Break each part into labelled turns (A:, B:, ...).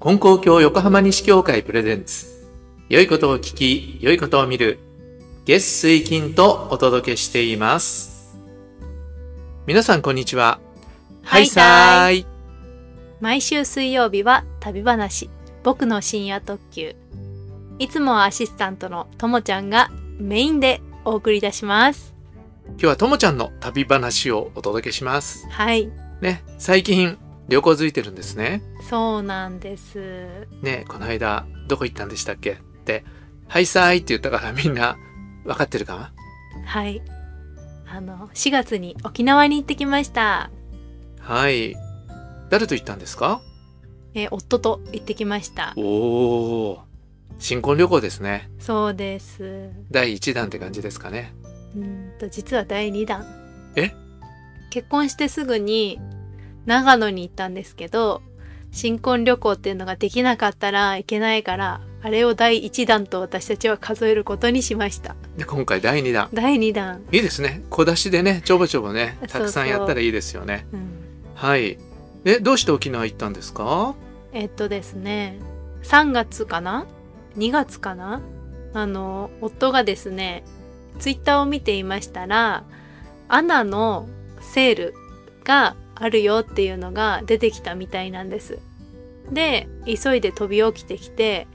A: 金光教横浜西教会プレゼンツ。良いことを聞き、良いことを見る。月水金とお届けしています。皆さんこんにちは。
B: はい
A: さーい。
B: 毎週水曜日は旅話僕の深夜特急いつもはアシスタントのともちゃんがメインでお送りいたします
A: 今日はともちゃんの旅話をお届けします。
B: はい
A: ね、最近旅行づいてるんですね。
B: そうなんです
A: ね、この間どこ行ったんでしたっけって、はいさーいって言ったからみんな分かってるかな
B: はいあの4月に沖縄に行ってきました
A: はい。誰と行ったんですか
B: えー夫と行ってきました
A: おー。新婚旅行ですね。
B: そうですう
A: 第1弾って感じですかね。
B: んと実は第2弾
A: え
B: 結婚してすぐに長野に行ったんですけど新婚旅行っていうのができなかったらいけないからあれを第1弾と私たちは数えることにしました
A: で、今回第2弾。
B: 第2弾、
A: いいですね。小出しでね、ちょぼちょぼね、たくさ
B: そうそ
A: ん
B: う
A: やったらいいですよね。
B: うん、
A: はい。で、どうして沖縄行ったんですか
B: えっとですね3月かな2月かなあの夫がですねツイッターを見ていましたらアナのセールがあるよっていうのが出てきたみたいなんです。で急いで飛び起きてきて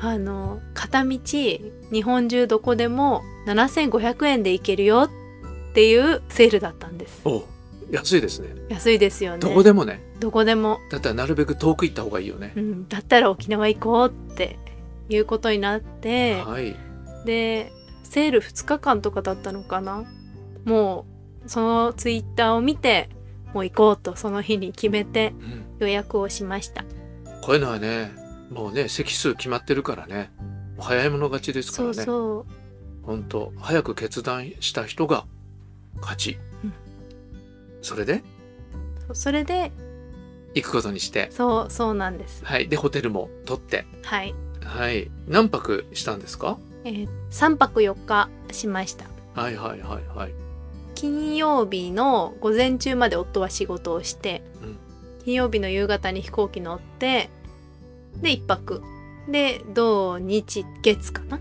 B: あの片道日本中どこでも7,500円で行けるよっていうセールだったんです。
A: お安いですね。
B: 安いですよね。
A: どこでもね。
B: どこでも
A: だったらなるべく遠く行った方がいいよね
B: う。ん、だったら沖縄行こうっていうことになって、
A: はい。
B: でセール2日間とかだったのかなもうそのツイッターを見てもう行こうとその日に決めて
A: うん。
B: 予約をしました
A: こういうのはね、もうね、席数決まってるからね。早い者勝ちですか
B: そ
A: ら
B: う
A: ね。
B: そ
A: 本当早く決断した人が勝ち。
B: うん
A: それで
B: うそれで
A: 行くことにして。
B: そうそうなんです
A: はい。で、ホテルも取って。
B: はい、
A: はい。何泊したんですか
B: えー、3泊4日しました
A: はいはいはいはい。
B: 金曜日の午前中まで夫は仕事をして、
A: うん
B: 金曜日の夕方に飛行機乗ってで1泊で土日月かな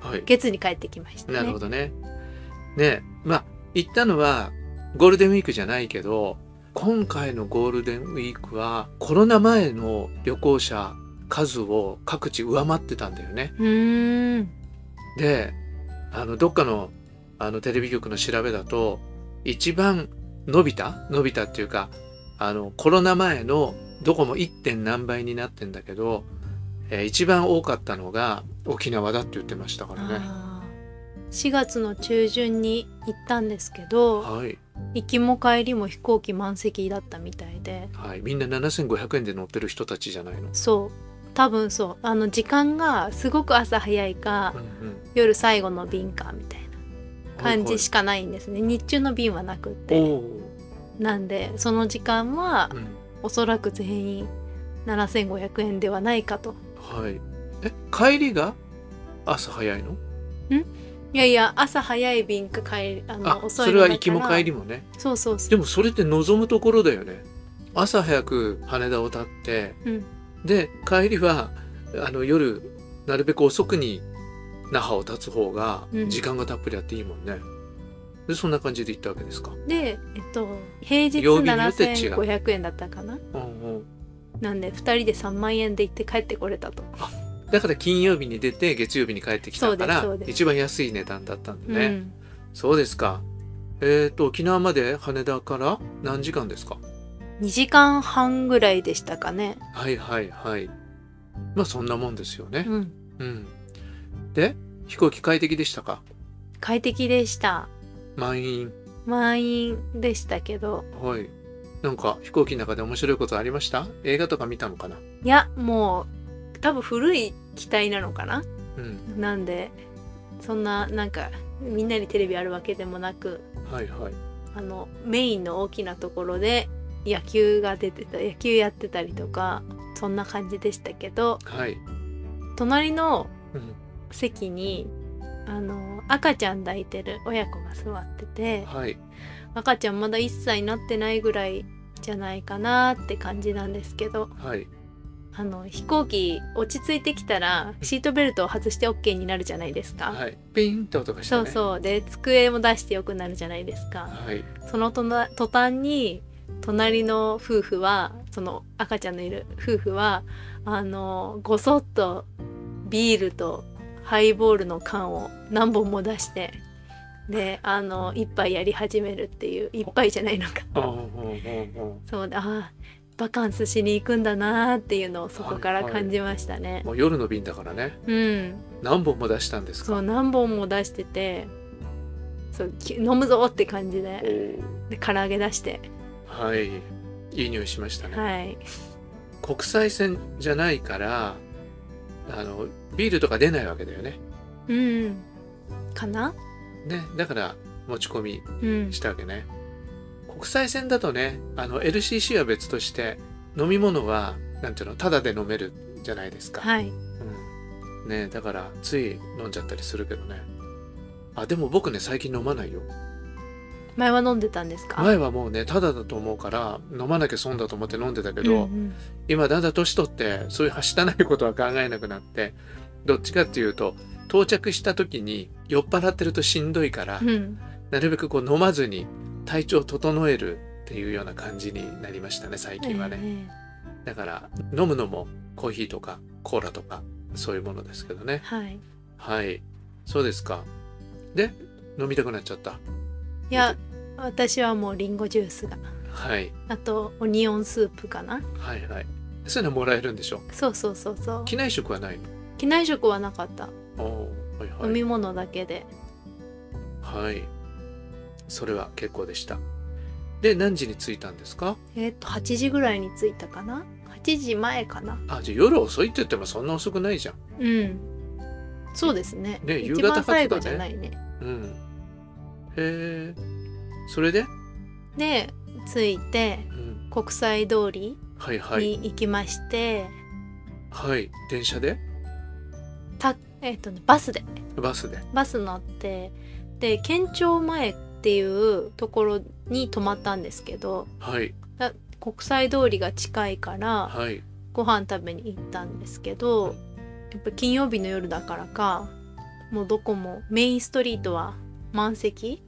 A: はい。
B: 月に帰ってきましたね
A: なるほどね。ねまあ行ったのはゴールデンウィークじゃないけど今回のゴールデンウィークはコロナ前の旅行者数を各地上回ってたんだよね。
B: うーん
A: であのどっかのあのテレビ局の調べだと一番伸びた伸びたっていうかあのコロナ前のどこも 1. 点何倍になってんだけど、えー一番多かったのが沖縄だって言ってましたからね。
B: あー4月の中旬に行ったんですけど
A: はい
B: 行きも帰りも飛行機満席だったみたいで
A: はい、みんな7500円で乗ってる人たちじゃないの。
B: そう多分そうあの時間がすごく朝早いか
A: うんうん
B: 夜最後の便かみたいな感じし
A: か
B: かないんですね日中の便はなく
A: お
B: て
A: ー
B: なんでその時間は
A: うん
B: おそらく全員7500円ではないかと
A: はい。え帰りが朝早いの？
B: いやいや朝早い便か帰りあの
A: あそ
B: 遅い
A: れ
B: の
A: は
B: だ
A: 行きも帰り
B: も
A: もね。
B: そうそうそ
A: でもそれって望むところだよね。朝早く羽田を立って
B: う、うん、
A: で帰りはあの夜なるべく遅くに那覇を立つ方が
B: うん
A: 時間がたっぷりあっていいもんね。でそんな感じで行ったわけですか。
B: でえっと平日
A: 曜日によって違う
B: 7500円だったかな
A: うんうん。
B: なんで2人で3万円で行って帰ってこれたと、
A: だから金曜日に出て月曜日に帰ってきたから
B: そうですそうです
A: 一番安い値段だったんだね。
B: うん
A: そうですか。えっ、と沖縄まで羽田から何時間ですか。
B: 2時間半ぐらいでしたかね
A: はいはいはい。まあそんなもんですよね
B: う。ん
A: うん。で飛行機快適でしたか。
B: 快適でした
A: 満員。
B: 満員でしたけど
A: はい。なんか飛行機の中で面白いことありました？映画とか見たのかな。
B: いやもう多分古い機体なのかな
A: うん。
B: なんでそんななんかみんなにテレビあるわけでもなく
A: はいはい。
B: あのメインの大きなところで野球が出てた野球やってたりとかそんな感じでしたけど
A: はい。
B: 隣の
A: うん。
B: 席にあの赤ちゃん抱いてる親子が座ってて
A: はい。
B: 赤ちゃんまだ1歳になってないぐらいじゃないかなって感じなんですけど
A: はい。
B: あの飛行機落ち着いてきたらシートベルトを外して OK になるじゃないですか、
A: はい、ピンって音がして
B: そ
A: ね
B: うそうで机も出してよくなるじゃないですか
A: はい、
B: そのとな途端に隣の夫婦はその赤ちゃんのいる夫婦はあのごそっとビールとハイボールの缶を何本も出してであの一杯やり始めるっていう一杯じゃないのか
A: うんうんうんうん
B: そうだあーバカンスしに行くんだなーっていうのをそこから感じましたね。
A: もう夜の便だからね
B: うん、
A: 何本も出したんです
B: そう
A: か
B: 何本も出しててそうき飲むぞーって感じ
A: お
B: で
A: ー
B: で唐揚げ出して
A: はいいい匂いしましたね、
B: はい
A: 国際線じゃないからあのビールとか出ないわけだよね
B: うんかな
A: ねだから持ち込み
B: うん
A: したわけね国際線だとねあの LCC は別として飲み物はなんていうのタダで飲めるじゃないですか、
B: はい
A: うん、ねだからつい飲んじゃったりするけどねあでも僕ね最近飲まないよ
B: 前は飲んでたんですか
A: 前はもうねタダだと思うから飲まなきゃ損だと思って飲んでたけ
B: うんう
A: ど、
B: ん
A: 今だんだん年取ってそういうはしたないことは考えなくなってどっちかっていうと到着した時に酔っ払ってるとしんどいから、
B: うん
A: なるべくこう飲まずに体調を整えるっていうような感じになりましたね最近はね、
B: え
A: だから飲むのもコーヒーとかコーラとかそういうものですけど
B: え
A: ね
B: はい
A: はいそうですかで飲みたくなっちゃった
B: いや私はもうリンゴジュースが
A: はい
B: あとオニオンスープかな
A: はいはいそういうのもらえるんでしょ
B: そうそうそうそう
A: 機内食はない
B: 機内食はなかった、
A: のおーはいはい
B: 飲み物だけで
A: はい。それは結構でした。で、何時に着いたんですか
B: えっと8時ぐらいに着いたかな8時前かな
A: あ、じゃあ夜遅いって言ってもそんな遅くないじゃん。
B: うんそうですね
A: ね夕
B: 一
A: 方
B: 番
A: 発だね
B: 最後じゃないね
A: うん。へえ。それで
B: で着いて
A: うん。
B: 国際通り
A: はいはい。
B: に行きまして、
A: はい。電車で
B: たえっとね、バスで
A: バスで。
B: バス乗ってで県庁前っていうところに泊まったんですけど
A: はい。
B: 国際通りが近いから
A: はい。
B: ご飯食べに行ったんですけどやっぱ金曜日の夜だからかもうどこもメインストリートは満席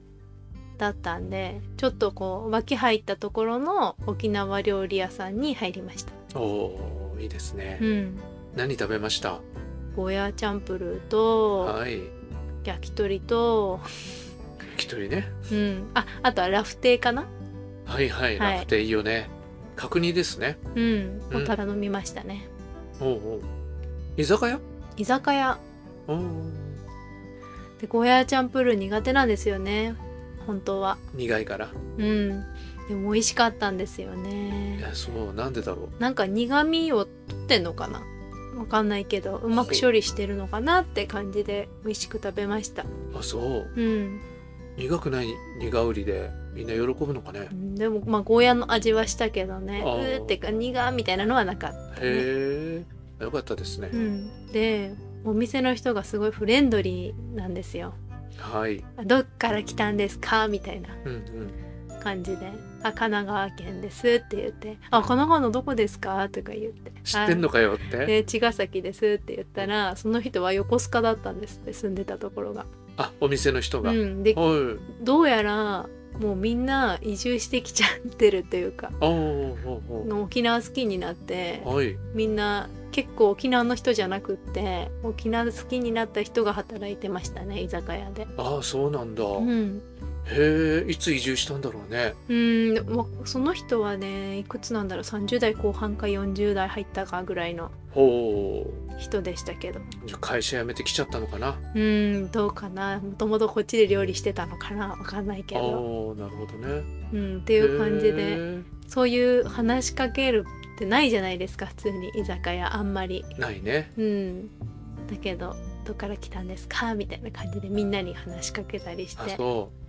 B: だったんでちょっとこう脇入ったところの沖縄料理屋さんに入りました。
A: おー、いいですね。
B: うん
A: 何食べました
B: ゴーヤーチャンプルーと
A: はい。
B: 焼き鳥と、
A: 一人ね。
B: うん、ああとはラフテーかな
A: はいはい。
B: はい
A: ラフテいいよね。角煮ですね。
B: うん、
A: うん
B: を頼みましたね。
A: おうおう。居酒屋
B: 居酒屋
A: おー
B: でゴーヤーチャンプルー苦手なんですよね。本当は。
A: 苦いから。
B: うん。でも美味しかったんですよ
A: い
B: ね。
A: や、そう。なんでだろう。
B: なんか苦味を取ってんのかな。わかんないけど、うまく処理してるのかなって感じで美味しく食べました。
A: あ、そう。
B: うん。
A: 苦くない苦売りでみんな喜ぶのかね
B: うんでもまあゴーヤーの味はしたけどね。う
A: あー
B: ーってか苦みたいなのはなかった、ね。
A: へえよかったですね、
B: うん。で、お店の人がすごいフレンドリーなんですよ。
A: はい
B: どっから来たんですかみたいな。
A: うんうん
B: 感じで「あ神奈川県です」って言って「あ神奈川のどこですか?」とか言って「
A: 知ってんのかよって、
B: はいで茅ヶ崎です」って言ったらその人は横須賀だったんですって住んでたところが。
A: あお店の人
B: う
A: が、
B: ん、で
A: おい
B: どうやらもうみんな移住してきちゃってるというか
A: おうおうおう
B: 沖縄好きになって
A: おうはい
B: みんな結構沖縄の人じゃなくって沖縄好きになった人が働いてましたね居酒屋で。
A: ああそうなんだ、
B: う
A: へ
B: ん
A: えいつ移住したんだろうね
B: うんまその人はねいくつなんだろう30代後半か40代入ったかぐらいの
A: ほう
B: 人でしたけど
A: じゃあ会社辞めてきちゃったのかな
B: うんどうかなもともとこっちで料理してたのかなわかんないけ
A: ああ
B: ど、
A: なるほどね
B: うん、っていう感じ
A: へ
B: で
A: え
B: そういう話しかけるってないじゃないですか普通に居酒屋あんまり
A: ないね
B: うんだけどどっから来たんですかみたいな感じでみんなに話しかけたりし
A: あ
B: て
A: そう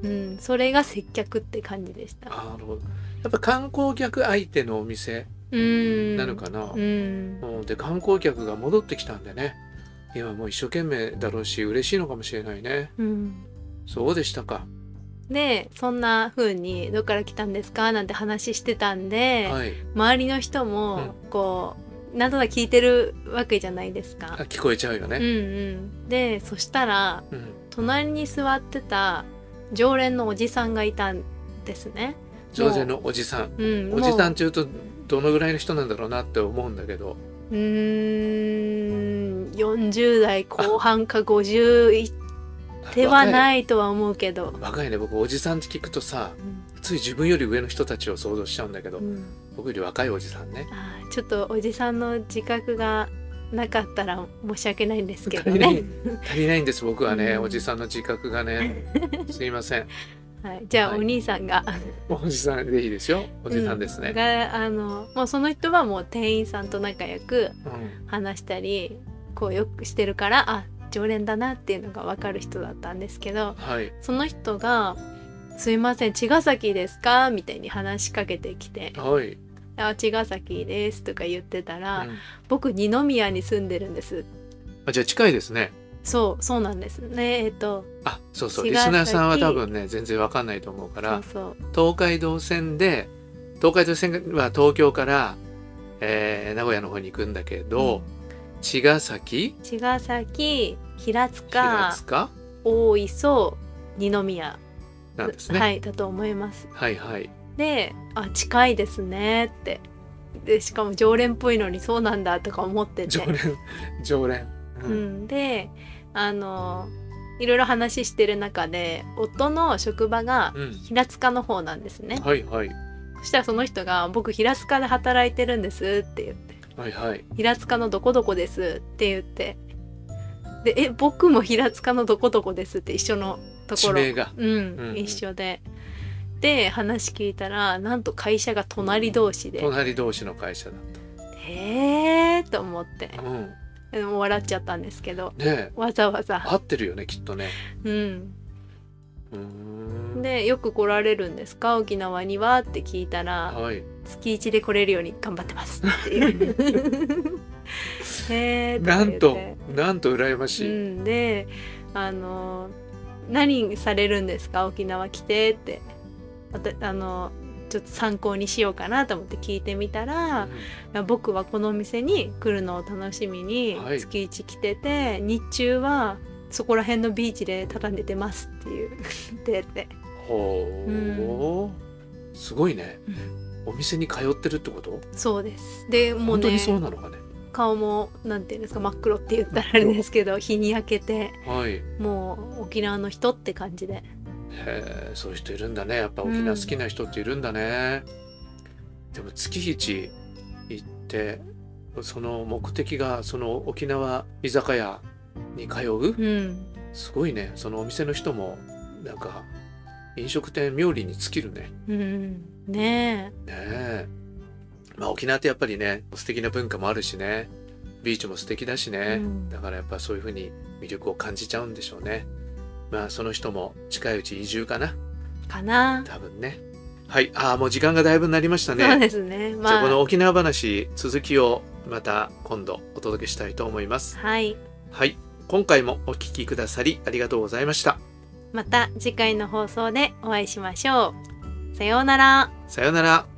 B: うん、それが接客って感じでした
A: あーなるほどやっぱ観光客相手のお店
B: うん
A: なのかな、
B: う
A: う
B: ん
A: んで観光客が戻ってきたんでね今もう一生懸命だろうし嬉しいのかもしれないね
B: うん
A: そうでしたか、
B: でそんな風に「どっから来たんですか?」なんて話してたんで、
A: はい
B: 周りの人もこう、なんとなく聞いてるわけじゃないです
A: あ
B: か。
A: 聞こえちゃうよ
B: うんう
A: ね。
B: ん、でそしたら
A: うん、
B: 隣に座ってた常連のおじさんがいたんですね。
A: 常連のおじさん。
B: うん、
A: おじさんっ
B: も
A: ていうとどのぐらいの人なんだろうなって思うんだけど、
B: ううーん40代後半か50では
A: 若い。
B: ないとは思うけど。
A: 若いね僕おじさんって聞くとさ
B: うん
A: つい自分より上の人たちを想像しちゃうんだけど、
B: うん
A: 僕より若いおじさんね。
B: あーちょっとおじさんの自覚がなかったら申し訳ないんですけ
A: 足
B: ど
A: りない
B: ね。
A: 足りないんです僕はね、
B: うん
A: おじさんの自覚が ねすいません
B: はい、じゃあ、
A: はい
B: お兄さんが
A: おじさんでいいですよおじさんです
B: う
A: ね。
B: があのもうその人はもう店員さんと仲良く
A: うん
B: 話したりこうよくしてるからあ常連だなっていうのが分かる人だったんですけど
A: はい、
B: その人が「すいません茅ヶ崎ですか?」みたいに話しかけてきて
A: はい、
B: 「あ茅ヶ崎です」とか言ってたら
A: う
B: 「
A: ん
B: 僕二宮に住んでるんです」
A: あじゃあ近いですね。
B: そうそうなんですねえっと
A: あそうそう
B: 茅
A: リ
B: ヶ
A: ス
B: 崎
A: ナーさんは多分ね全然わかんないと思うか
B: そ
A: ら
B: うそう
A: 東海道線で東海道線は東京から、えー名古屋の方に行くんだけど、茅ヶ崎
B: 茅ヶ崎
A: 平
B: 平塚
A: 塚
B: 大磯二宮、
A: なんですね。
B: はいだと思います
A: はい、はい、
B: で「あ近いですね」ってでしかも常連っぽいのにそうなんだとか思ってて
A: 常連常連。う
B: うんん、であのいろいろ話してる中で夫の職場が
A: うん
B: 平塚の方なんですね、
A: はいはい
B: そしたらその人が「僕平塚で働いてるんです」って言って
A: はいはい。
B: 「平塚のどこどこです」って言ってで「え僕も平塚のどこどこです」って一緒のと
A: 地
B: ころ
A: 名が
B: うん、
A: うん
B: 一緒で。で話聞いたらなんと会社が隣同士で
A: 隣同士の会社だ
B: 「へえ」と思って
A: った。うん、ね
B: でも笑っちゃったんですけど
A: え
B: わざわざ。
A: 合ってるよねきっとね。
B: うん、
A: うーん
B: でよく来られるんですか沖縄にはって聞いたら
A: はい。
B: 月一で来れるように頑張ってますって いう。へえ
A: なんとなんと羨まし
B: う
A: い。
B: ん、であの「何されるんですか沖縄来て」ってあたあのちょっと参考にしようかなと思って聞いてみたら
A: うん
B: いや僕はこのお店に来るのを楽しみに
A: はい
B: 月一来てて、日中はそこら辺のビーチでただ寝てますっていう 出て
A: ほう、すごいね
B: う。
A: お店に通ってるってこと？
B: そうですでもう
A: 本当
B: ね
A: にそうなのかね。
B: 顔もなんていうんですか真っ黒って言ったらあれですけど日に焼けて
A: はい。へ
B: もう沖縄の人って感じで
A: え、そういう人いるんだね。やっぱ沖縄好きな人っているんだね。でも月一行ってその目的がその沖縄居酒屋に通う
B: う。ん
A: すごいね。そのお店の人もなんか飲食店冥利に尽きるね。
B: うんね
A: ねえ。まあ沖縄ってやっぱりね素敵な文化もあるしね。ビーチも素敵だしね。
B: え、うん
A: だからやっぱそういうふうに魅力を感じちゃうんでしょうね。まあその人も近いうち移住かな
B: かな、
A: 多分ね。はい。ああ、もう時間がだいぶなりましたね。
B: そうですね
A: じゃあ
B: ま
A: この
B: あ
A: 沖縄話続きをまた今度お届けしたいと思います。
B: はい
A: はい。今回もお聞きくださりありがとうございました。
B: また次回の放送でお会いしましょうさようなら
A: さようなら。